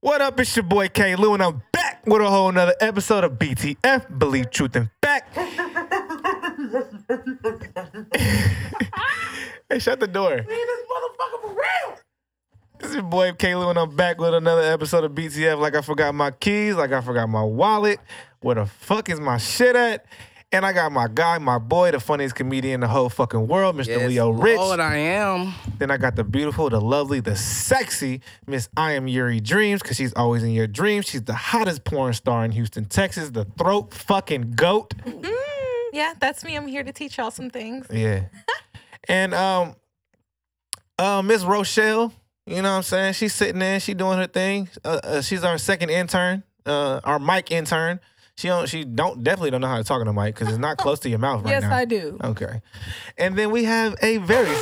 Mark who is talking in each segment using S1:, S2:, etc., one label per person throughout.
S1: What up? It's your boy K Lou, and I'm back with a whole nother episode of BTF Believe Truth and Fact. hey, shut the door.
S2: this motherfucker for real.
S1: This is your boy K Lou, and I'm back with another episode of BTF. Like I forgot my keys, like I forgot my wallet. Where the fuck is my shit at? And I got my guy, my boy, the funniest comedian in the whole fucking world, Mr. Leo Rich.
S2: Lord, I am.
S1: Then I got the beautiful, the lovely, the sexy Miss I Am Yuri Dreams, because she's always in your dreams. She's the hottest porn star in Houston, Texas, the throat fucking goat.
S3: Yeah, that's me. I'm here to teach y'all some things.
S1: Yeah. and um uh Miss Rochelle, you know what I'm saying? She's sitting there, she doing her thing. Uh, uh, she's our second intern, uh our mic intern. She don't she don't definitely don't know how to talk on the mic because it's not close to your mouth right
S3: yes,
S1: now.
S3: I do.
S1: Okay. And then we have a very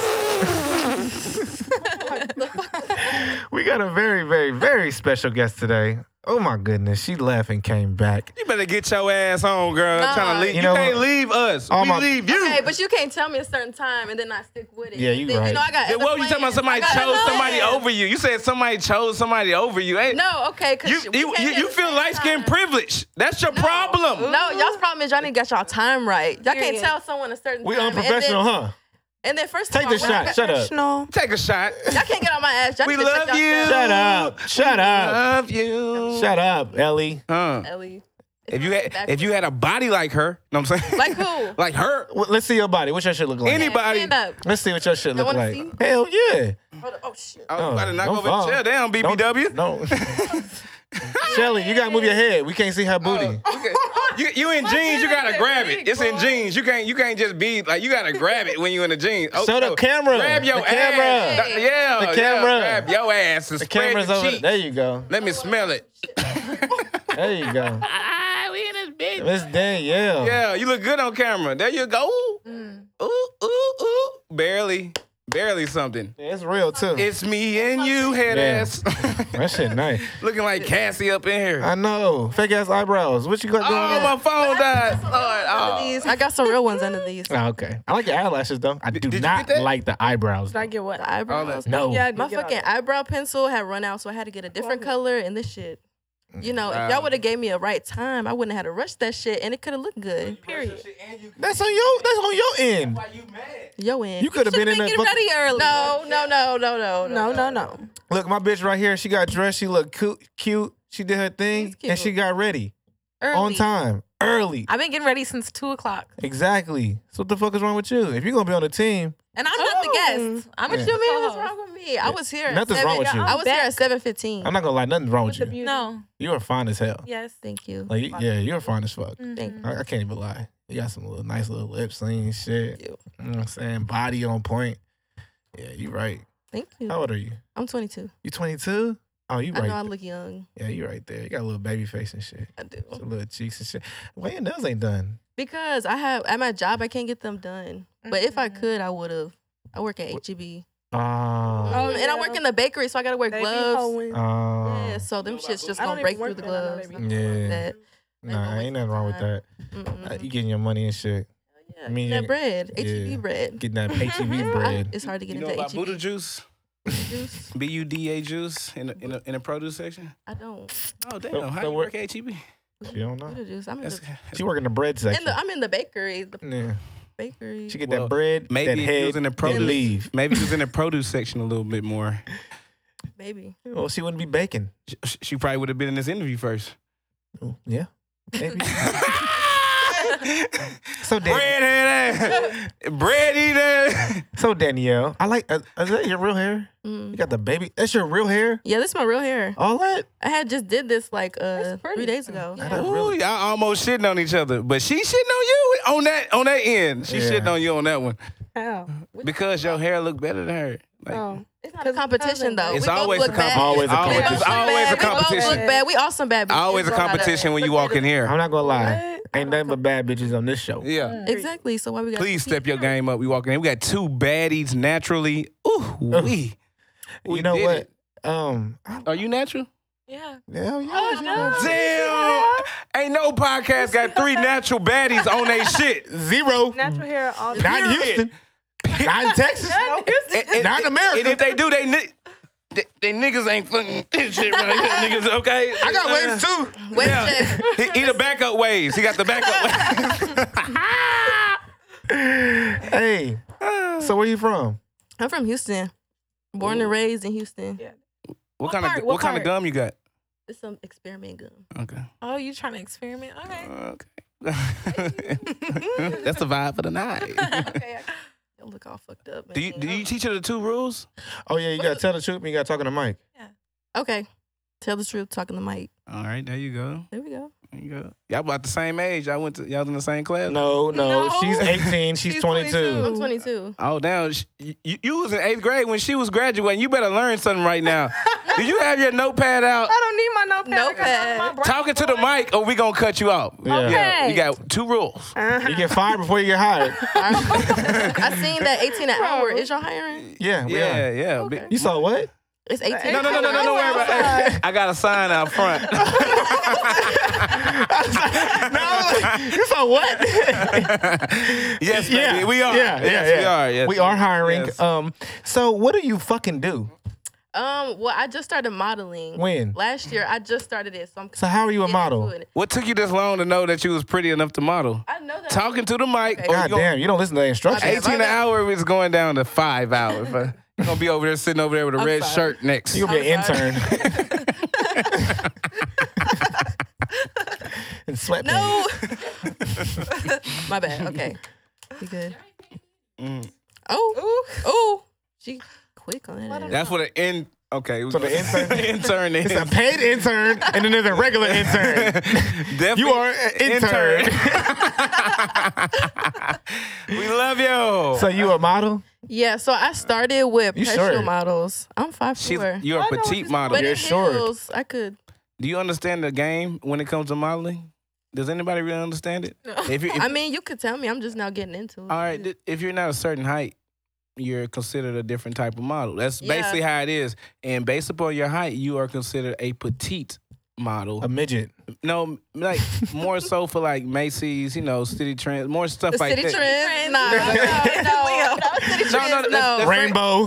S1: We got a very, very, very special guest today. Oh my goodness, she left and came back.
S2: You better get your ass on, girl. I'm trying to
S3: Uh-uh.
S2: leave.
S1: You
S2: You,
S1: know
S2: can't
S1: what?
S2: leave us.
S1: All
S2: we
S1: my-
S2: leave you.
S4: Okay, but you can't tell me a certain time and then not stick with it.
S1: Yeah, you
S4: Then,
S1: right.
S4: You know, I got.
S2: Then
S4: other
S2: what were you talking about?
S4: plans.
S2: Somebody
S4: I got
S2: chose
S4: other
S2: somebody
S4: plans.
S2: over you. You said somebody chose somebody over you. Ain't
S4: No, okay, cause
S2: you
S4: we
S2: you
S4: came
S2: you,
S4: at
S2: you
S4: the
S2: feel
S4: same
S2: light skin
S4: time.
S2: privilege. That's your problem.
S4: No, y'all's problem is y'all didn't get y'all time right. Y'all
S3: Period.
S4: can't tell someone a certain
S1: We
S4: time.
S1: unprofessional,
S4: and then,
S1: huh?
S4: And then first
S1: Take
S4: of all,
S1: the shot. Shut up.
S3: Professional.
S2: Take a shot.
S4: y'all can't get on my ass. Y'all
S2: We
S4: need to check
S2: love you.
S4: yourself.
S1: Shut up. Shut up.
S2: Love you.
S1: Shut up, Ellie.
S2: Uh,
S4: Ellie.
S2: if you had if you had a body like her, know what I'm saying?
S4: Like who?
S2: like her.
S1: Well, let's see your body. What your shit look like?
S2: Any- Anybody-
S4: Stand up.
S1: Let's see what your shit
S4: Y'all
S1: look
S4: wanna
S1: like.
S4: see?
S1: Hell yeah.
S4: Hold on. Oh shit.
S2: I was about to knock
S1: don't
S2: over
S1: fall.
S2: the chair down, BBW.
S1: No. Shelly, you gotta move your head. We can't see
S2: Oh,
S1: her booty.
S2: Okay. You, you in jeans, you gotta grab it. It's in jeans. You can't you can't just be like you gotta grab it when you in the jeans. Oh,
S1: So the
S2: no.
S1: camera.
S2: Grab your
S1: The camera.
S2: ass.
S4: Hey.
S2: Yeah.
S1: The
S2: yeah,
S1: camera.
S2: grab your ass. And
S1: The
S2: spread
S1: camera's
S2: your
S1: over.
S2: cheeks.
S1: There you go.
S2: Let me smell it.
S1: There you go.
S2: Ah, we in this bitch.
S1: Miss Danielle.
S2: Yeah, you look good on camera. There you go.
S4: Mm.
S2: Ooh, ooh, ooh. Barely. Barely something.
S1: Yeah, It's real too.
S2: It's me and you, head
S1: Yeah.
S2: ass.
S1: that shit nice.
S2: Looking like Cassie up in here.
S1: I know. Fake ass eyebrows. What you got going
S2: Oh,
S1: on?
S2: my phone died. Lord,
S4: Under
S2: oh.
S4: these. I got some real ones under these.
S1: Oh, okay. I like your eyelashes though. I do
S2: did you
S1: not
S2: get that?
S1: like the eyebrows.
S3: Did I get what?
S4: The eyebrows.
S1: No.
S3: Yeah, I did
S4: My
S3: get all
S4: fucking
S3: that.
S4: eyebrow pencil had run out, so I had to get a different color and this shit. You know,
S2: Wow.
S4: if y'all would have gave me a right time, I wouldn't have had to rush that shit, and it could have looked good.
S3: Mm, Period.
S1: That's on your that's on your end.
S4: Yo, in.
S1: You could have been in that
S4: getting
S1: fuck-
S4: ready early. No, no, no, no, no,
S3: No, no, no.
S1: Look, my bitch right here, she got dressed, she looked cute, cute. She did her thing
S4: She's cute.
S1: and she got ready
S3: Early.
S1: on time, early.
S3: I've been getting ready since two o'clock,
S1: Exactly. So what the fuck is wrong with you? If you're gonna be on the team,
S4: And I'm not
S3: Oh.
S4: the guest.
S3: I'm
S4: What
S3: a
S4: you mean? What's wrong with me? I was here. at
S1: Nothing's wrong
S4: seven-
S1: with you.
S4: I was
S3: I'm
S4: here at seven fifteen.
S1: I'm not gonna lie, nothing's wrong with
S3: with the
S1: you.
S3: beauty.
S4: No.
S1: You are fine as hell.
S3: Yes.
S4: Thank you.
S1: Like you- yeah, you're fine as fuck.
S4: Thank
S3: Mhm.
S4: you.
S1: I, I can't even lie. You got some little nice little lips and shit.
S4: Thank you.
S1: You know what I'm saying? Body on point. Yeah, you right.
S4: Thank you.
S1: How old are you?
S4: I'm 22.
S1: You 22? Oh, you
S4: I know I
S1: right.
S4: look young.
S1: Yeah, you right there. You got a little baby face and shit.
S4: I do.
S1: Some little cheeks and shit. Why your nails ain't done?
S4: Because I have at my job, I can't get them done. But if I could, I would have. I work at HEB.
S1: Oh.
S4: Um, And I work in the bakery, so I got to wear
S3: They be
S4: gloves.
S3: hoeing.
S1: Oh.
S2: Um,
S4: Yeah, so them shits just
S3: I don't
S4: gonna
S3: even
S4: break
S3: work
S4: through the
S3: there, I know they
S4: gloves.
S3: be
S4: nothing
S1: Yeah.
S4: like that.
S1: Nah, ain't nothing wrong with that. Uh,
S4: Mm-mm.
S1: You getting your money and shit.
S4: Yeah,
S1: me and-
S4: that bread,
S1: yeah.
S4: HEB bread.
S1: Getting that HEB
S4: I-
S1: bread.
S4: it's hard to get
S2: oh. You know
S4: into E
S2: about Buddha
S4: HEB
S2: juice?
S4: juice.
S2: B U D A juice in the, in the in the produce section.
S4: I don't.
S2: Oh damn!
S1: So-
S2: How
S1: so
S2: you
S1: where-
S2: work
S4: E
S2: at HEB?
S1: You don't know?
S4: Buddha juice. I'm in
S2: That's,
S4: the,
S1: She working the bread
S4: in
S1: section.
S4: the I'm in the bakery. The
S1: yeah.
S4: bakery.
S1: She get that
S2: Well,
S1: bread,
S2: maybe
S1: that
S2: if you
S1: head,
S2: was in the
S1: then
S2: produce-
S1: leave.
S2: maybe she was in the produce section a little bit more.
S4: Maybe.
S1: Well, Oh, she wouldn't be baking.
S2: She, she probably would have been in this interview first.
S1: Oh, yeah. Maybe.
S2: Bread
S1: so, Dan-
S2: ass, bread eater.
S1: so Danielle, I like, uh, is that your real hair?
S4: Mm.
S1: You got the baby. That's your real hair?
S4: Yeah, this is my real hair.
S2: Oh.
S1: All that?
S4: I had just did this like uh
S3: That's pretty.
S4: three days ago.
S1: I don't
S2: Ooh,
S1: really-
S2: y'all almost shitting on each other, but she shitting on you on that on that end. She
S1: Yeah.
S2: shitting on you on that one
S3: How?
S2: because your hair looked better than her. Like,
S3: Oh.
S4: It's not a competition though.
S2: It's
S4: we both
S2: always a
S4: look bad.
S1: Always
S2: competition.
S1: a
S4: We both
S1: competition.
S4: look
S2: It's always
S4: bad.
S2: a
S4: We both
S2: competition.
S4: look bad. We all some bad bitches.
S2: Always a
S4: It's all about
S2: competition
S4: us.
S2: when you walk in here.
S1: I'm not gonna lie. Ain't nothing but bad bitches on this show.
S2: Yeah.
S4: Exactly. So why we got
S2: Please step your game up. We walking in. We got two baddies naturally. Ooh, we.
S1: You know
S2: did
S1: what?
S2: it.
S1: Um,
S2: Are you natural?
S3: Yeah.
S1: hell yeah.
S3: Oh, no.
S2: Damn! Ain't no podcast got three natural baddies on their shit.
S1: Zero.
S3: Natural hair all the
S1: Not in Houston. Not in Texas.
S2: And, and-
S1: Not in America.
S2: and if they do, they ni- They, they niggas ain't fucking this shit right here. Niggas, okay?
S1: I got waves too.
S4: Wait,
S2: Yeah.
S4: check.
S2: He, he the backup waves. He got the backup waves.
S3: Ah!
S1: Hey, so where you from?
S4: I'm from Houston. Born and raised in Houston.
S2: What
S3: What
S2: kind
S3: part?
S2: of what
S3: What
S2: kind of
S3: part?
S2: gum you got?
S4: It's some experiment gum.
S2: Okay.
S3: Oh, you trying to experiment? Okay.
S2: Okay. That's the vibe for the night.
S3: okay.
S4: Don't look all fucked up.
S2: do you
S4: man.
S2: do you teach her the two rules?
S1: Oh yeah, you gotta tell the truth and you gotta talk on the mic.
S4: Okay. Tell the truth, talking to Mike.
S2: All right, there you go.
S4: There we go.
S2: There you go. Y'all about the same age. Y'all went to y'all was in the same class.
S1: No, no,
S3: No.
S1: she's 18, she's,
S3: She's
S1: 22.
S3: 22.
S4: I'm 22.
S2: Oh damn! sh- You, you was in eighth grade when she was graduating. You better learn something right now. do you have your notepad out?
S3: I don't need my notepad.
S4: Notepad.
S3: I got my brain
S2: Talking to the
S3: going.
S2: mic, or we gonna cut you off.
S1: Yeah.
S2: Yeah, you got two rules.
S3: Uh-huh.
S1: You get fired before you get hired.
S4: I seen that 18 an hour. Is y'all hiring?
S1: Yeah, we
S2: Yeah,
S1: Are.
S2: yeah. Be-
S1: You saw what?
S4: It's 18.
S2: No, no, no, no, no, no. Worry about it. I got a sign out front.
S1: You saw what?
S2: yes, baby, we are.
S1: Yeah, yeah,
S2: yes,
S1: yeah.
S2: we are. Yes,
S1: we are hiring.
S2: Yes.
S1: Um, so what do you fucking do?
S4: Um, well, I just started modeling.
S1: When?
S4: Last year, I just started it. So, I'm
S1: So how are you a
S4: getting
S1: model?
S4: into it.
S2: What took you this long to know that you was pretty enough to model?
S4: I know that.
S2: Talking to the mic.
S1: God
S2: or you gonna-
S1: damn, you don't listen to the instructions.
S4: Okay.
S2: 18 an hour is going down to five hours. But you gonna be over there sitting over there with a red
S4: sorry.
S2: shirt next.
S1: You're gonna be an
S4: I'm sorry.
S1: intern. and sweatpants.
S4: No. My bad. Okay. You good?
S1: Mm.
S4: Oh. Oh. She quick on that.
S2: That's what an in. Okay,
S1: So the intern-
S2: intern is.
S1: It's a paid intern and then there's a regular intern.
S2: Definitely
S1: You are an intern.
S2: we love you.
S1: so you a model?
S4: Yeah, so I started with
S1: You
S4: personal
S1: short.
S4: models. I'm five
S2: She's,
S4: four.
S2: you're a
S3: I know
S2: petite
S3: she's-
S2: model.
S4: But
S1: you're
S4: in
S1: short.
S4: heels, I could.
S2: Do you understand the game when it comes to modeling? Does anybody really understand it? If you, if,
S4: I mean, you could tell me. I'm just now getting into it.
S2: all right, th- if you're not a certain height, you're considered a different type of model. That's
S4: Yeah.
S2: basically how it is. And based upon your height, you are considered a petite model.
S1: A midget.
S2: no, like more so for like Macy's, you know, city trends, more stuff
S4: The
S2: like
S4: city
S2: that.
S4: trends? Nah, no, no, no, city trends.
S2: No, no,
S4: No,
S2: that's- that's-
S1: Rainbow.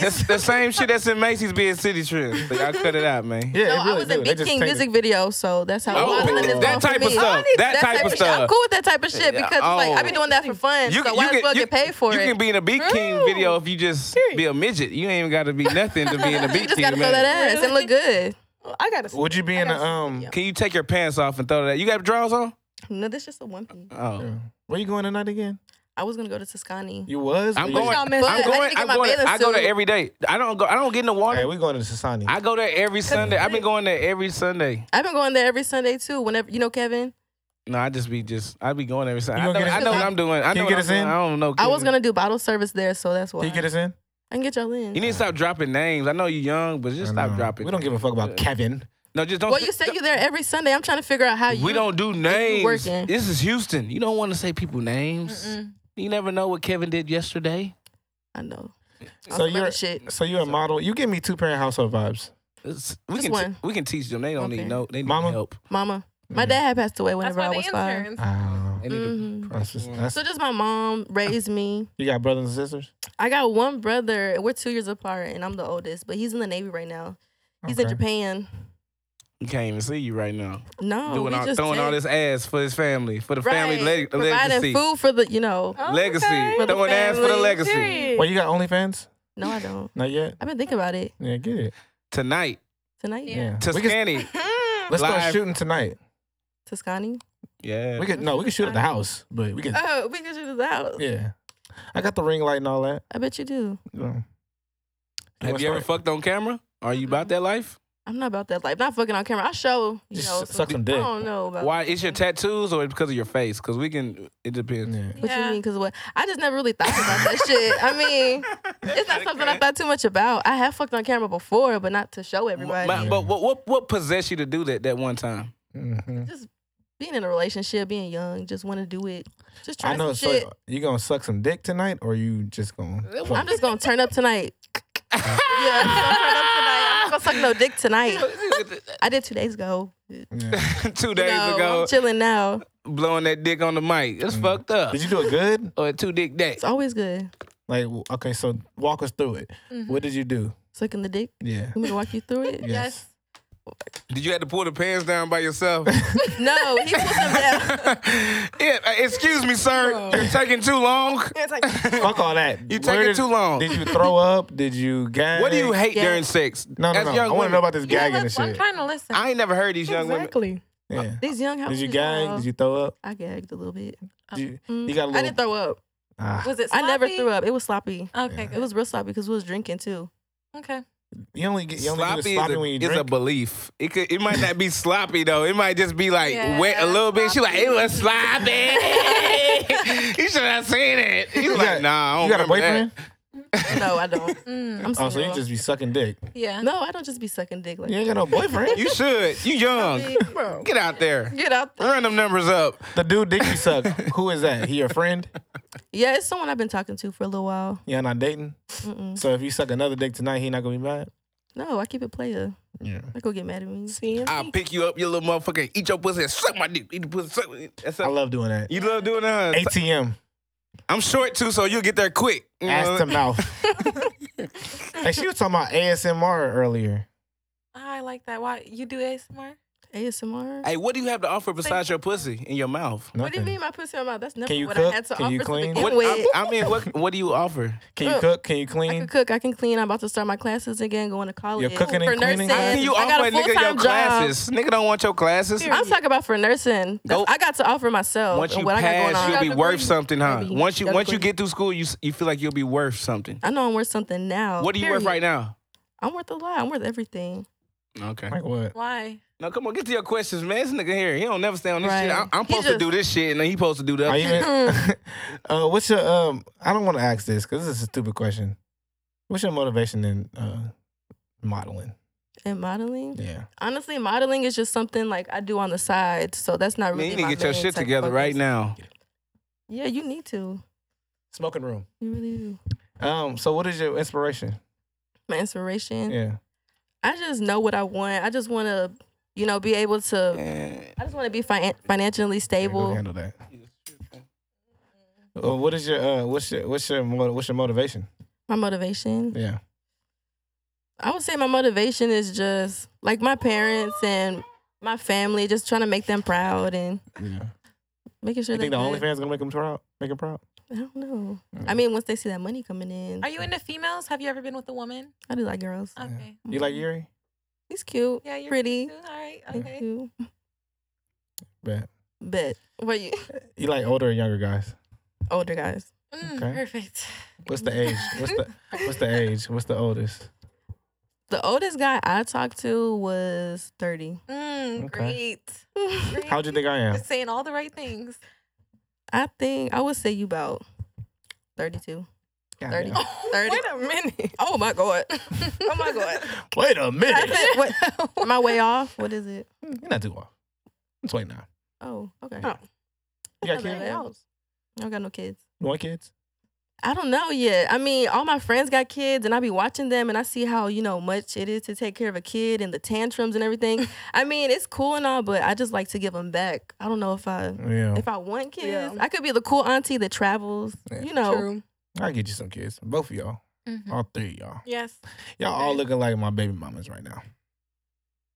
S2: That's the same shit that's in Macy's being city trends. Like, I cut it out, man.
S1: Yeah,
S4: No,
S1: it really
S4: I was in
S1: do. They
S4: Big
S1: just
S4: King
S1: take it.
S4: music video, so that's how
S2: Oh,
S4: modeling is
S2: that
S4: going for
S2: type of
S4: me.
S2: stuff. That type of
S4: I'm
S2: stuff.
S4: cool with that type of shit
S2: Yeah,
S4: because like
S2: oh.
S4: I've been doing that for fun. so why as well get paid for
S2: you
S4: it?
S2: can be in a Beat King
S3: True.
S2: video if you just be a midget. You ain't even got to be nothing to be in a Beat
S4: you just
S2: King.
S4: gotta throw
S2: man.
S4: that ass and look good.
S3: I got to.
S1: Would you be in a um
S2: Can you take your pants off and throw that? You got drawers on?
S4: No, that's just a one piece.
S2: Oh,
S1: where you going tonight again?
S4: I was gonna go to Tuscany.
S1: You was?
S2: I'm
S1: Or you-
S2: going. I'm
S4: y'all missed? I need to
S2: going.
S4: get
S2: I'm
S4: my
S2: going.
S4: bathing
S2: I go there
S4: suit.
S2: every day. I don't go. I don't get in the
S1: Hey,
S2: water.
S1: we going to Sasani.
S2: I go there every Sunday. I've been going there every Sunday.
S4: I've been going there every Sunday too. Whenever you know Kevin,
S2: No, I just be just. I be going every Sunday.
S1: You
S2: I
S1: gonna
S2: know,
S1: get
S2: I
S1: us-
S2: know what I'm doing. I
S1: Can you
S2: know
S1: get
S2: what
S1: us
S2: I'm
S1: in?
S2: doing. I don't know.
S4: I was
S2: Kevin.
S4: gonna do bottle service there, so that's why.
S1: Can you get us in?
S4: I can get y'all in.
S2: You need to stop dropping names. I know you're young, but just
S1: No.
S2: stop dropping.
S1: We don't give a fuck about Kevin.
S2: No, just don't.
S4: well, you say you're there every Sunday. I'm trying to figure out how you.
S2: We don't do names.
S4: working.
S2: This is Houston. You don't want to say people names. You never know what Kevin did yesterday.
S4: I know.
S1: So you're
S4: shit.
S1: so you're a model. You give me two parent household vibes.
S2: It's- we
S4: Just
S2: can
S4: one.
S2: we can teach them. They don't
S4: Okay.
S2: need no. They need
S1: Mama?
S2: help.
S4: Mama, my dad had passed away
S3: That's
S4: whenever
S3: why
S4: I
S3: the
S4: was five.
S3: interns.
S1: Oh,
S2: Mm-hmm. They need to
S4: Mhm.
S1: that's just, that's,
S4: So just my mom raised me.
S1: you got brothers and sisters.
S4: I got one brother. We're two years apart, and I'm the oldest. But he's in the Navy right now. He's in
S1: Okay.
S4: Japan.
S2: You can't even see you right now.
S4: No,
S2: Doing
S4: Oh, we
S2: all,
S4: just
S2: throwing all
S4: text.
S2: this ass for his family, for the family
S4: Right.
S2: leg-
S4: providing
S2: legacy,
S4: food for the you know.
S3: Oh,
S2: legacy,
S3: okay.
S4: For the
S2: throwing ass for the
S4: family.
S2: legacy.
S3: Period.
S1: Well, you got OnlyFans?
S4: No, I don't.
S1: Not yet.
S4: I've been thinking about it
S1: Yeah, get it.
S2: Tonight,
S4: tonight.
S1: Yeah.
S3: Yeah.
S1: We
S2: Tuscany.
S1: could, let's
S2: Live.
S1: start shooting tonight.
S4: Tuscany.
S2: yeah.
S1: We could no, we could shoot at the house, but we could.
S4: Oh, because you're the house.
S1: Yeah, I got the ring light and all that.
S4: I bet you do.
S1: Yeah.
S2: Have
S1: wanna
S2: you ever
S1: start-
S2: fucked on camera? Are you about that life?
S4: I'm not about that life. Not fucking on camera. I show. You
S1: Just
S4: know,
S1: su- suck some dick.
S4: I don't know about.
S2: Why? It's your tattoos or because of your face? Because we can. It depends.
S1: Yeah.
S4: What
S3: Yeah.
S4: you mean? Because what? I just never really thought about that shit. I mean, it's not something I thought too much about. I have fucked on camera before, but not to show everybody.
S2: But, but what, what what possessed you to do that that one time?
S1: Mhm.
S4: being in a relationship, being young, just want to do it. Just try
S1: I know.
S4: some
S1: So
S4: shit.
S1: you gonna suck some dick tonight, or you just gonna?
S4: I'm just gonna turn up tonight. yeah, I'm just gonna turn up tonight. I'm not gonna suck no dick tonight. I did two days ago.
S1: Yeah.
S2: two days
S4: no,
S2: ago,
S4: I'm chilling now.
S2: blowing that dick on the mic. It's fucked up.
S1: Mm. Did you do it good?
S2: or a two dick day.
S4: It's always good.
S1: Like, w- okay, so walk us through it. What did you do?
S4: Sucking the dick.
S1: Yeah.
S4: You want me to walk you through it?
S1: Yes.
S2: Did you have to pull the pants down by yourself?
S4: No, he pulled them down.
S2: yeah, uh, excuse me, sir. You're taking too long.
S3: It's like,
S1: Fuck all that.
S2: You
S1: Where
S2: taking
S1: did-
S2: too long.
S1: Did you throw up? Did you gag?
S2: What do you hate
S4: Yeah.
S2: during sex?
S1: No, no,
S2: As
S1: no.
S2: young
S1: I want to
S2: women-
S1: know about this
S3: yeah,
S1: gagging and
S3: look, I'm
S1: shit.
S3: trying to listen.
S2: I ain't never heard these young women.
S4: exactly.
S1: Yeah.
S4: These young
S1: Did
S4: houses.
S1: you
S4: uh,
S1: gag? Did you throw up?
S4: I gagged a little bit.
S1: Did you,
S4: Mm,
S1: you got a little.
S4: I didn't throw up.
S1: ah,
S3: was it?
S4: I never
S3: sloppy?
S4: threw up. It was sloppy.
S3: Okay,
S4: It
S3: good.
S4: was real sloppy because we was drinking too.
S3: Okay.
S1: you only get you only
S2: Sloppy,
S1: get
S2: is,
S1: a sloppy
S2: a,
S1: when you
S2: is a
S1: drink.
S2: belief. It could. It might not be sloppy though. It might just be like
S3: Yeah,
S2: wet a little bit. She like it was
S3: sloppy.
S2: sloppy. you should have seen it. He's
S1: You
S2: like,
S1: got-
S2: nah. I don't
S1: you got a
S2: remember that."
S1: boyfriend?
S4: No, I don't.
S3: Mm,
S4: I'm
S1: Oh, so you
S4: single.
S1: just be sucking dick.
S3: yeah.
S4: No, I don't just be sucking dick like
S1: You ain't got no boyfriend.
S2: You should. You young.
S4: bro.
S2: Get out there.
S4: Get out. There.
S2: Run them numbers up.
S1: the dude dick you suck. Who is that? He your friend?
S4: Yeah, it's someone I've been talking to for a little while.
S1: Y'all not dating?
S4: Mm-mm.
S1: So if you suck another dick tonight, he not gonna be mad.
S4: No, I keep it player.
S1: Yeah.
S4: I go get mad at me.
S3: See?
S2: I'll pick you up, you little motherfucker. Eat your pussy and suck my dick. Eat the pussy. Suck. my- That's
S1: I
S2: it.
S1: love doing that.
S2: You love doing that? huh?
S1: ATM,
S2: I'm short too, so you'll get there quick. You know?
S1: ass to mouth. hey, she was talking about ASMR earlier.
S3: I like that. Why you do ASMR?
S4: ASMR.
S2: Hey, what do you have to offer besides your pussy in your mouth?
S1: Nothing.
S4: What do you mean my pussy in my mouth? That's never
S1: Can you
S4: what
S1: cook?
S4: I had to
S1: Can
S4: offer
S1: you clean?
S4: to begin
S1: What-
S4: with.
S2: I mean, what what do you offer?
S1: Can you
S4: Ugh.
S1: cook? Can you
S4: I
S1: clean?
S4: can cook. I can clean. I'm about to start my classes again, going to college.
S1: cooking and
S4: for
S1: cleaning?
S4: nursing.
S1: How
S2: Can you
S4: I got
S2: offer
S4: a
S2: a nigga your
S4: full-time job.
S2: classes? Nigga don't want your classes.
S3: Period.
S4: I'm talking about for nursing. That's,
S2: Nope.
S4: I got to offer myself.
S2: Once you
S4: and what I got
S2: pass,
S4: going
S2: you'll
S4: on.
S2: be worth something, huh?
S4: Maybe.
S2: Once you
S4: Gotta
S2: once you
S4: quit.
S2: get through school, you s- you feel like you'll be worth something.
S4: I know I'm worth something now.
S2: What are you worth
S4: Oh.
S2: right
S4: period.
S2: now?
S4: I'm worth a lot. I'm worth everything.
S2: Okay.
S1: Like what?
S3: Why?
S2: Now come on, get to your questions, man. This nigga here, he don't never stay on this
S4: Right.
S2: shit. I, I'm
S4: He
S2: supposed to
S4: just-
S2: do this shit, and then he supposed to do the
S1: Are
S2: other.
S1: you? in- uh, what's your um? I don't want to ask this because this is a stupid question. What's your motivation in uh, modeling?
S4: And modeling.
S1: Yeah.
S4: Honestly, modeling is just something like I do on the side. So that's not
S2: Man,
S4: really.
S2: you need to
S4: my
S2: get your
S4: main
S2: shit
S4: type of
S2: together right
S4: focus.
S2: now.
S4: Yeah, you need to.
S1: Smoking room.
S4: You really do.
S1: Um. So what is your inspiration?
S4: My inspiration.
S1: Yeah.
S4: I just know what I want. I just want to, you know, be able to. I just want to be fin- financially
S1: Yeah, go
S4: stable.
S1: handle that. Uh, what is your uh? What's your what's your mo- what's your motivation?
S4: My motivation.
S1: Yeah.
S4: I would say my motivation is just like my parents and my family, just trying to make them proud and
S1: Yeah.
S4: making sure
S1: You
S4: they.
S1: think the
S4: good.
S1: OnlyFans gonna make them proud? Make them proud?
S4: I don't know.
S1: Mm.
S4: I mean, once they see that money coming in,
S3: Are you into females? Have you ever been with a woman?
S4: I do like girls.
S1: Yeah.
S3: Okay.
S1: You
S4: Mm-hmm.
S1: like Yuri?
S4: He's cute.
S3: Yeah, you're
S4: Pretty. Mm-hmm.
S3: All right.
S4: Thank
S3: Okay.
S4: you.
S1: Bet.
S4: But what you
S1: You like older or younger guys?
S4: older guys?
S3: Mm,
S1: Okay.
S3: Perfect.
S1: What's the age? What's the what's the age? What's the oldest?
S4: The oldest guy I talked to was thirty.
S3: Mm,
S1: Okay.
S3: Great.
S4: I
S1: How'd you think I am?
S3: Just saying all the right things.
S4: think I would say you about thirty-two.
S1: Goddamn.
S4: 30.
S3: Oh,
S4: 30.
S3: Wait a minute.
S4: Oh my god. Oh my god.
S1: Wait a
S4: I
S1: minute.
S4: said, what, am I way off? What is it?
S1: You're not too off. I'm 29.
S4: Oh, okay.
S1: Yeah. You got kids?
S4: I don't got no kids.
S1: You want kids?
S4: I don't know yet. I mean, all my friends got kids, and I be watching them, and I see how you know much it is to take care of a kid and the tantrums and everything. I mean, it's cool and all, but I just like to give them back. I don't know if I
S1: Yeah.
S4: if I want kids.
S3: Yeah.
S4: I could be the cool auntie that travels.
S1: Yeah.
S4: You know,
S3: True.
S1: I'll get you some kids. Both of y'all.
S4: Mm. Mm-hmm.
S3: Mhm.
S1: All three of y'all.
S3: Yes.
S1: Y'all all looking like my baby mamas right now.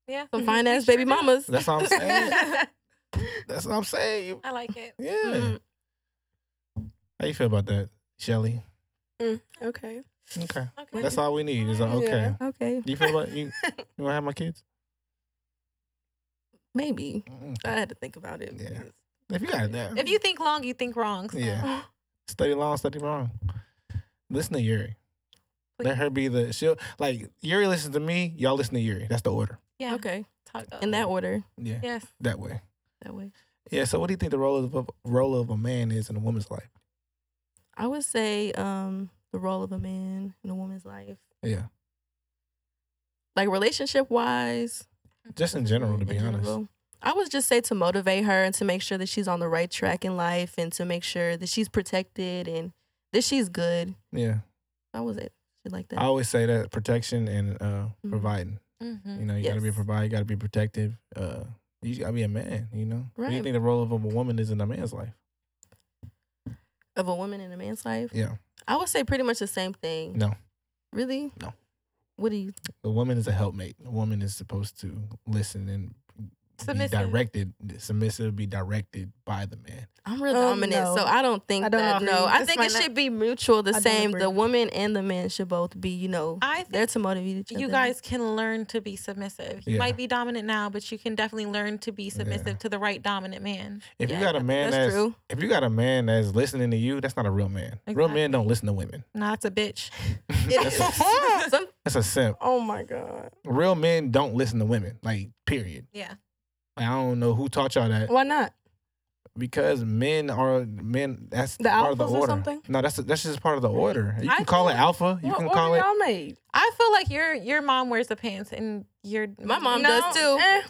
S3: Yeah.
S4: some
S3: Mhm.
S4: fine
S3: We
S4: ass
S3: sure
S4: baby
S3: do.
S4: mamas.
S1: That's what I'm saying.
S3: I
S1: That's what I'm saying. You-
S3: like it.
S1: Yeah.
S4: Mm,
S1: How you feel about that, Shelly?
S4: okay.
S1: Okay.
S3: Okay.
S1: That's all we need is a okay.
S3: Yeah.
S4: Okay.
S1: You feel about you? You want to have my kids?
S4: Maybe
S1: Mm.
S4: I had to think about it.
S1: Yeah. If you got it there.
S3: If you think long, you think wrong. So
S4: Oh,
S1: Yeah. Study long, study wrong. Listen to Yuri. Let
S3: Please.
S1: her be the she'll like Yuri listens to me, y'all listen to Yuri. That's the order.
S3: yeah.
S4: Okay.
S3: Talk
S4: In that order.
S1: Yeah.
S3: Yes.
S1: That way.
S4: That way.
S1: Yeah. So what do you think the role of a role of a man is in a woman's life?
S4: I would say um the role of a man in a woman's life,
S1: Yeah.
S4: like relationship wise.
S1: Just in general, to
S4: in
S1: be honest.
S4: general. I would just say to motivate her and to make sure that she's on the right track in life and to make sure that she's protected and that she's good.
S1: Yeah.
S4: That was it. Shit like that.
S1: I always say that protection and uh providing.
S3: Mm-hmm.
S1: You know, you gotta be a
S4: Yes.
S1: provider, you gotta be protective. Uh you gotta be a man, you know. What do you
S4: Right.
S1: think the role of a woman is in a man's life?
S4: of a woman in a man's life.
S1: Yeah.
S4: I would say pretty much the same thing.
S1: No.
S4: Really?
S1: No.
S4: What do you?
S1: A woman is a helpmate. A woman is supposed to listen and
S3: Submissive.
S1: be directed, submissive, be directed by the man.
S4: I'm real
S5: Um,
S4: dominant,
S5: no.
S4: so I don't think
S5: I don't
S4: that. No,
S5: agree.
S4: I
S5: This
S4: think
S5: might
S4: it
S5: not-
S4: should be mutual. The
S5: I don't
S4: same.
S5: agree.
S4: The woman and the man should both be. You know,
S3: I think
S4: they're to motivate each other.
S3: you guys can learn to be submissive. You
S1: Yeah.
S3: might be dominant now, but you can definitely learn to be submissive to the right dominant man.
S1: If
S4: Yeah,
S1: you got a man that's,
S4: That's true.
S1: if you got a man that's listening to you, that's not a real man. Real men don't listen to women.
S3: No, that's a bitch.
S1: that's, a,
S4: Some-
S1: that's a simp.
S4: oh my god.
S1: Real men don't listen to women. Like period.
S3: Yeah.
S1: Like, I don't know who taught y'all that
S4: Why not?
S1: because men are men. That's
S4: The
S1: part of the
S4: alphas or
S1: order.
S4: something?
S1: No, that's that's just part of the order. You
S3: I
S1: can call it
S3: feel-
S1: alpha. You
S4: what
S1: can
S4: order
S1: call it.
S4: y'all made?
S3: I feel like your your mom wears the pants and your
S4: My mom
S3: No,
S4: does too.
S5: eh.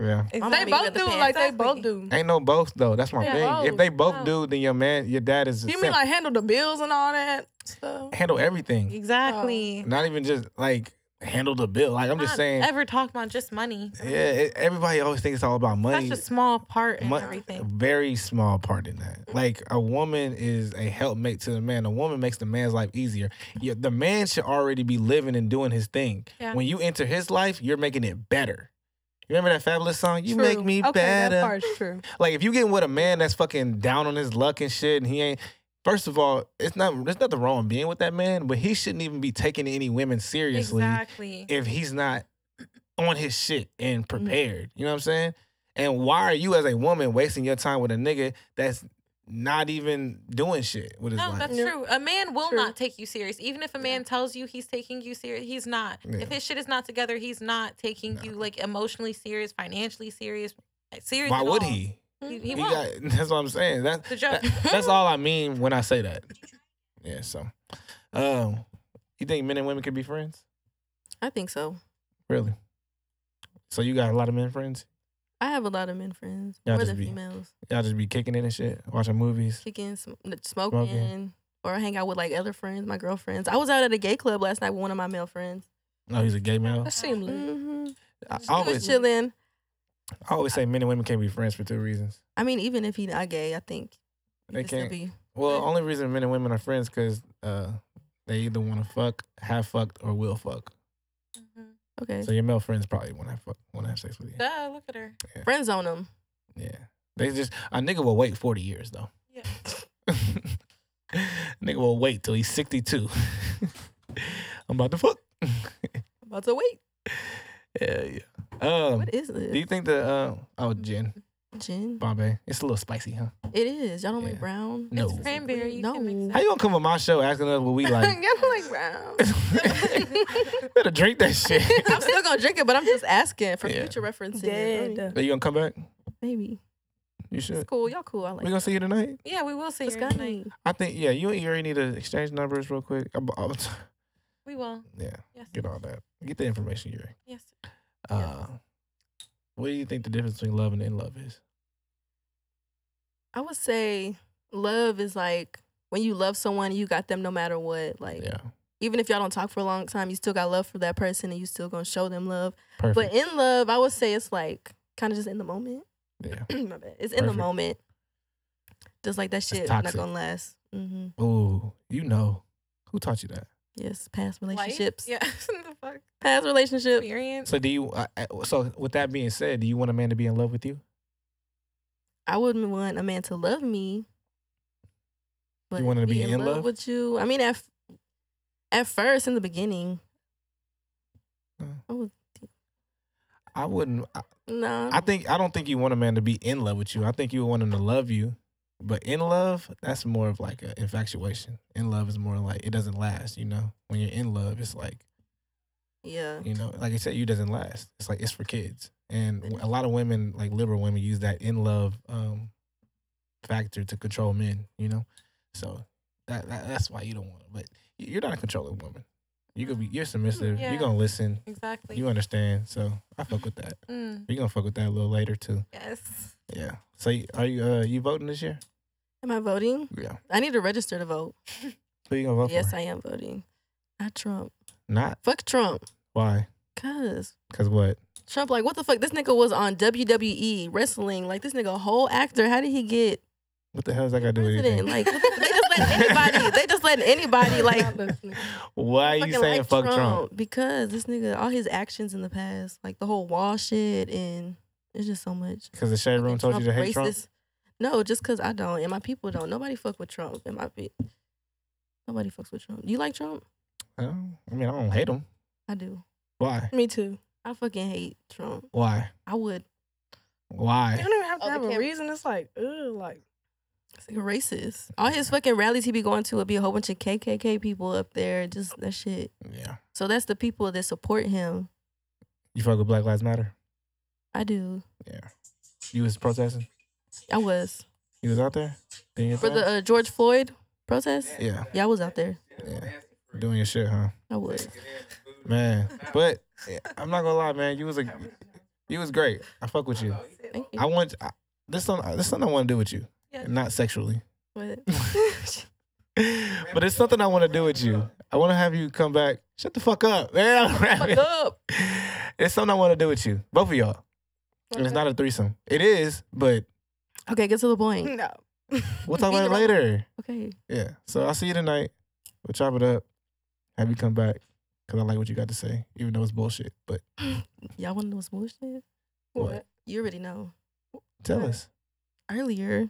S1: Yeah.
S3: exactly.
S5: They both do. Like they both do.
S1: Ain't no both though. That's my
S5: Yeah,
S1: thing. if
S5: both.
S1: they both
S3: No.
S1: do, then your man, your dad is a
S5: You mean
S1: simp.
S5: like handle the bills and all that stuff?
S1: handle everything.
S3: Exactly.
S1: Not even just like handle the bill. Like I'm just
S3: Not
S1: saying.
S3: Ever talk about just money?
S1: yeah, it, everybody always thinks it's all about money.
S3: That's a small part in
S1: Mon- a
S3: everything. Mm-hmm.
S1: very small part in that. Like a woman is a helpmate to the man. A woman makes the man's life easier. Yeah, the man should already be living and doing his thing.
S3: Yeah.
S1: When you enter his life, you're making it better. You remember that fabulous song? You
S5: True.
S1: make me
S5: okay,
S1: better.
S5: That part's true.
S1: Like if you getting with a man that's fucking down on his luck and shit, and he ain't. First of all, it's not there's nothing wrong with being with that man, but he shouldn't even be taking any women seriously
S3: Exactly.
S1: if he's not on his shit and
S3: Mm-hmm.
S1: prepared. You know what I'm saying? And why are you as a woman wasting your time with a nigga that's not even doing shit with his
S3: No,
S1: life?
S3: that's
S5: Yeah.
S3: true. A man will
S5: True.
S3: not take you serious. Even if a man tells you he's taking you serious, he's not.
S1: Yeah.
S3: If his shit is not together, he's not taking
S1: No.
S3: you like emotionally serious, financially serious, eh, serious.
S1: Why
S3: at
S1: would
S3: all.
S1: he?
S3: He, he
S1: He
S3: won't.
S1: got- that's what I'm saying. That,
S3: It's a joke.
S1: that- that's all I mean when I say that. Yeah. So, um, you think men and women could be friends?
S4: I think so.
S1: Really? So you got a lot of men friends?
S4: I have a lot of men friends.
S1: Y'all
S4: More
S1: just
S4: than
S1: be-
S4: females.
S1: Y'all just be kicking it and shit, watching movies.
S4: Kicking, sm- smoking, or hang out with like other friends, my girlfriends. I was out at a gay club last night with one of my male friends.
S1: No, he's a gay male.
S5: That seemed lit.
S4: Mm-hmm.
S1: I I
S4: I was
S1: always, I
S4: chilling.
S1: always say men and women can't be friends for two reasons.
S4: I mean, even if he not gay, I think you
S1: They
S4: can still
S1: can't-
S4: Be.
S1: Well, only reason men and women are friends because uh, they either want to fuck, have fucked, or will fuck.
S3: Mhm.
S4: Okay,
S1: So your male friends probably want to fuck, want to have sex with you.
S3: Duh, look at her.
S4: friend zone him.
S1: Yeah, they just a nigga will wait forty years though.
S3: Yeah.
S1: nigga will wait till he's sixty two. I'm about to fuck.
S4: About to wait.
S1: Yeah, yeah. Um,
S4: What is Mm.
S1: do you
S4: this?
S1: think the uh, oh gin
S4: Gin.
S1: Bombay? It's a little spicy, huh?
S4: It is. Y'all don't
S1: Yeah.
S4: like brown.
S1: No.
S3: It's cranberry. You can mix
S4: No.
S3: it.
S1: How you gonna come on my show asking us what we like?
S4: Y'all don't like brown.
S1: Better drink that shit.
S4: I'm still gonna drink it, but I'm just asking for
S1: Yeah.
S4: future references.
S5: Dead.
S1: Are you gonna come back?
S4: Maybe
S1: You
S4: it's
S1: should.
S4: cool. Y'all cool. I
S1: We
S4: like.
S1: gonna see you tonight.
S3: Yeah, we will see
S4: It's
S3: her tonight.
S1: I think yeah, you and Yuri need to exchange numbers real quick. I'm- I'm-
S3: We will.
S1: yeah,
S3: Yes.
S1: get all that. Get the information, Yuri.
S3: Yes.
S1: Uh, what do you think the difference between love and in love is?
S4: I would say love is like when you love someone, you got them no matter what. Like
S1: Yeah,
S4: even if y'all don't talk for a long time, you still got love for that person, and you still gonna show them love.
S1: perfect.
S4: But in love, I would say it's like kind of just in the moment.
S1: yeah.
S4: My bad. It's in the
S1: Perfect.
S4: moment. Just like that shit not
S1: toxic.
S4: gonna last. hmm
S1: Ooh, you know, who taught you that?
S4: Yes, past
S3: Life?
S4: relationships.
S3: Yeah. the fuck?
S4: Past relationships.
S3: Experience.
S1: So do you? Uh, uh, so with that being said, do you want a man to be in love with you?
S4: I wouldn't want a man to love me. But
S1: want him to be in love?
S4: with you? I mean, at f- at first, in the beginning,
S1: I wouldn't. I,
S4: no.
S1: I think I don't think you want a man to be in love with you. I think you want him to love you. But in love, that's more of like an infatuation. In love is more like it doesn't last. You know, when you're in love, it's like
S4: yeah.
S1: you know, like I said, you doesn't last. It's like it's for kids, and w- a lot of women, like liberal women, use that in love um, factor to control men. You know, so that, that that's why you don't want it. But y- you're not a controlling woman. You could be you're submissive.
S3: Yeah.
S1: You're gonna listen.
S3: Exactly.
S1: You understand. So I fuck with that.
S3: Mm,
S1: You're gonna fuck with that a little later too.
S3: yes.
S1: Yeah. So y- are you uh, you voting this year?
S4: Am I voting?
S1: Yeah.
S4: I need to register to vote.
S1: Who you gonna vote
S4: yes,
S1: for?
S4: I am voting. Not Trump.
S1: Not
S4: Fuck Trump.
S1: why?
S4: Cause
S1: Cause what?
S4: Trump, like, what the fuck? This nigga was on WWE wrestling. Like, this nigga, a whole actor. How did he get
S1: What the hell is that got to do with
S4: president?
S1: anything?
S4: Like, what the- they just let letting anybody. they just letting anybody like.
S5: Not listening.
S1: Why are you
S4: fucking
S1: saying
S4: like
S1: fuck Trump?
S4: because this nigga all his actions in the past, like the whole wall shit, and it's just so much.
S1: Because the shade room told you to hate Trump.
S4: No, just because I don't, and my people don't. Nobody fuck with Trump, and my pe- nobody fucks with Trump. You like Trump?
S1: Oh, I mean, I don't hate him.
S4: I do.
S1: Why?
S5: Me too.
S4: I fucking hate Trump.
S1: Why?
S4: I would.
S5: You
S1: Why?
S5: don't even have to
S4: Oh, the
S5: have a
S4: camera.
S5: reason. It's like, ugh, like
S4: It's like racist. All his fucking rallies he be going to would be a whole bunch of KKK people up there. Just that shit.
S1: Yeah.
S4: So that's the people that support him.
S1: You fuck with Black Lives Matter?
S4: I do.
S1: Yeah. You was protesting?
S4: I was
S1: You was out there? Doing your
S4: for the
S1: thing?
S4: uh, George Floyd protest.
S1: yeah.
S4: Yeah, I was out there.
S1: Yeah. Doing your shit, huh?
S4: I was.
S1: Man. But yeah, I'm not gonna lie, man. You was a you was great. I fuck with you.
S4: Thank you.
S1: I want I, this something this something I want to do with you.
S4: Yeah.
S1: Not sexually.
S4: But-
S1: but it's something I want to do with you. I want to have you come back. Shut the fuck up, man. I'm rapping.
S4: Fuck up.
S1: It's something I want to do with you, both of y'all. And it's
S5: okay.
S1: not a threesome. It is, but
S4: Okay, get to the point.
S5: no.
S1: we'll talk about
S5: Neither
S1: it
S5: one.
S1: later.
S4: Okay.
S1: Yeah. So I'll see you tonight. We'll chop it up. Have you come back? Cause I like what you got to say, even though it's bullshit. But
S4: Y'all want to know what's bullshit?
S1: What?
S4: You already know.
S1: tell us.
S4: Earlier.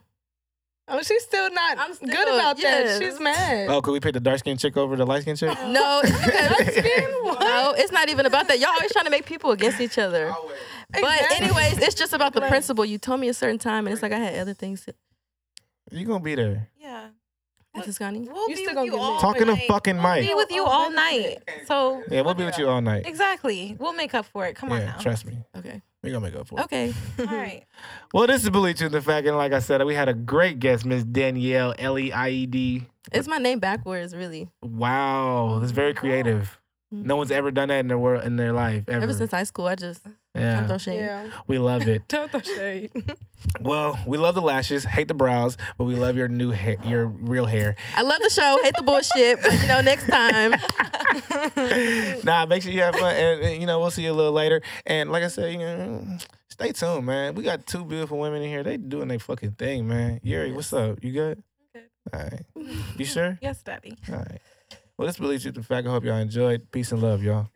S5: Oh, she's still not
S4: I'm still-
S5: good about
S4: yes.
S5: that. She's mad.
S1: Oh, could we pick the dark skinned chick over the light skinned chick?
S4: No, it's
S5: Dark skin? What?
S4: no, it's not even about that. Y'all always trying to make people against each other. But
S5: Exactly.
S4: anyways, it's just about the
S5: Right.
S4: principle. You told me a certain time, and it's like I had other things. To,
S1: You gonna be there.
S3: Yeah.
S4: At Tuscany.
S3: We'll
S5: You
S3: be
S5: still
S3: with
S5: gonna
S3: you
S5: get
S3: all
S5: mad.
S1: Talking to
S3: night.
S1: fucking
S3: we'll
S1: Mike.
S3: be with you
S5: Oh,
S3: all
S5: wait a
S3: night. So
S1: Yeah, we'll be with you all night.
S3: exactly, we'll make up for it. Come on
S1: Yeah,
S3: now.
S1: trust me.
S4: Okay.
S1: We gonna make up for it.
S4: Okay.
S3: All right.
S1: Well, this is Believe Truth and Fact, and like I said, we had a great guest, Miss Danielle L E I E D.
S4: It's my name backwards, really.
S1: Wow, that's very creative. No one's ever done that in their world in their life ever.
S4: Ever since high school, I just yeah.
S1: yeah,
S4: throw shade.
S5: Yeah.
S1: we love it.
S5: Don't throw shade.
S1: Well, we love the lashes, hate the brows, but we love your new hair, your real hair.
S4: I love the show, hate the bullshit, but you know, next time.
S1: nah, make sure you have fun, and, and, you know we'll see you a little later. And like I said, you know, stay tuned, man. We got two beautiful women in here. They doing their fucking thing, man. Yuri, what's up? You good?
S3: Good.
S1: All right. You sure?
S3: Yes, Daddy.
S1: All right. Well, this believes you the fact. I hope y'all enjoyed. Peace and love, y'all.